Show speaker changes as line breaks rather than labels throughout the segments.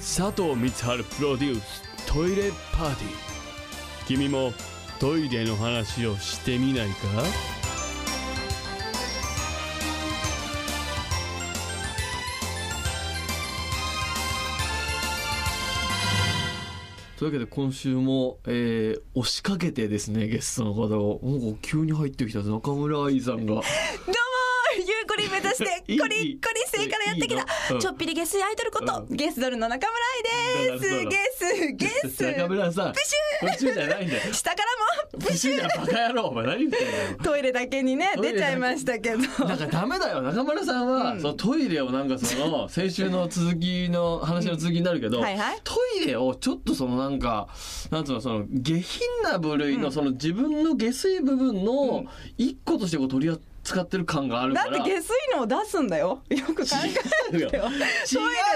佐藤光晴プロデューストイレパーティー君もトイレの話をしてみないか
というわけで今週も、えー、押しかけてですねゲストの方がもう急に入ってきた中村愛さんが
どうもゆうこりん目指して
いい
コリッコリ生からやってき
いいいいの
たちょっぴり下水アイドルこと
う
ゲスドルの中村愛で
だからそうだ
すゲスゲス
中村さん
プシュー
途中じゃないんだよ
下からも
不審なバカ野郎お前何言ってんだよ
トイレだけにね
トイレだけ
出ちゃいましたけど
なんかダメだよ中村さんは、そのトイレをなんかそ の先週の続きの話の続きになるけど、
うんはいはい
トイレをちょっとそのなんかなんつうのその下品な部類のその自分の下水部分の一個としてこう取り扱ってる感がある
だ
か
っ
ら。
て下水のを出すんだよよく考えてよ
違うよ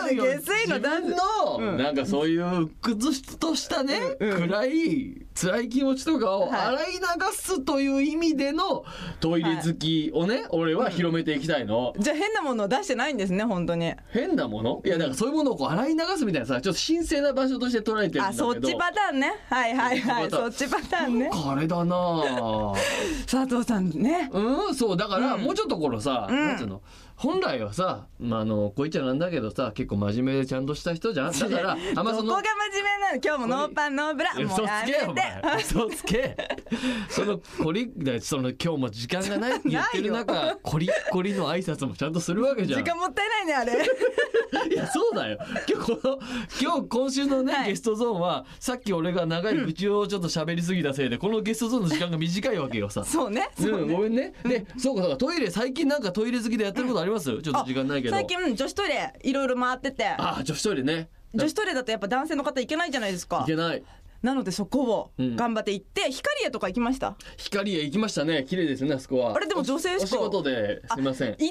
トイレで下水の出
自
す
分の、
うん
なんかそういう屈としたね、
うん
暗い辛い気持ちとかを
はい
洗い流すという意味でのトイレ好きをね、俺は広めていきたいの、
じゃあ変なものを出してないんですね本当に
変なものいやだからそういうものをこう洗い流すみたいなさちょっと神聖な場所として捉えてるんだ
あ
けど
そっちパターンねはいはいはい
そ
そ
っ
っ
ち
ちパターンね
なんかあれだな ぁ
佐藤さんね
うんそうだからもうちょっとこのさ、
ん
なんつうの本来はさ、まあ、あのこいちゃんなんだけどさ結構真面目でちゃんとした人じゃんだ からあんま
そ
その
こが真面目なの今日もノーパンノーブラもう
嘘
や
つ
め
けよお
て
前嘘つけそのコリだその今日も時間がないって言ってる
ない
中コリッコリの挨拶もちゃんとするわけじゃん
時間もったいないねあ れ
いやそうだよ今日この今日今週のね、
はい
ゲストゾーンはさっき俺が長い愚痴をちょっと喋りすぎたせいで、このゲストゾーンの時間が短いわけよさ
そうね
う、
そうんね
ごめんね。で、そうか、そうか、トイレ、最近なんかトイレ好きでやってることあります、ちょっと時間ないけど。
最近うん女子トイレいろいろ回ってて
ああ、女子トイレね。
女子トイレだとやっぱ男性の方行けないじゃないです
い
か
けない。
なのでそこを
うん
頑張って行って、光栄とか行きました
光へ行きましたね。綺麗ですね、あそこは。
あれでも女性
お
し
仕
か
事ですみません。
行った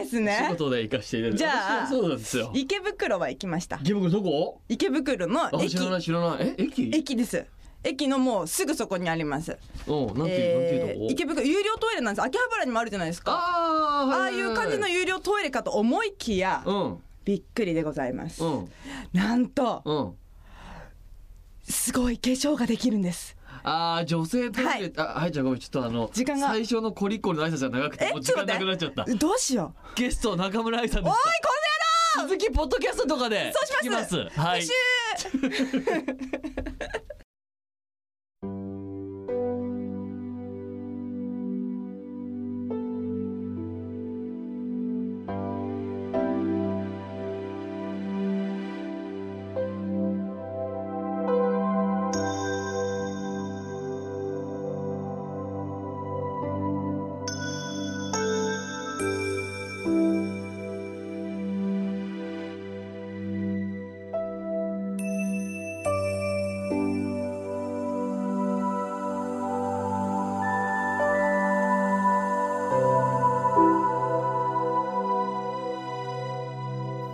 んです
お仕
ね
事で行かせていただいて。
じゃあ
私はそうなんですよ。
池袋は行きました
池袋どこ
池袋の
あ、
駅
知らない、知らない。え、駅
駅です駅のもうすぐそこにあります
おうなんていう、なんて
え
いう
ー
とこ
池袋有料トイレなんです秋葉原にもあるじゃないですか
ああ、
ああ
はいは
う
は
感じの有料トイレかと思いきやびっくりでございます
うん、うん、
なんと
うん。
すごい化粧ができるんです
ああ、女性トイレ、
はい
あ、はい、じゃんごめん、ちょっとあの、
時間が
最初のコリコリの挨拶じゃ長くて、もう時
ちょ
間
っと
なくなっち
待
ゃった
て。どうしよう
ゲスト中村愛さんで
おい
し
こ
た。
の野郎
続きポッドキャストとかで
そうします
聞きますはい
プシュー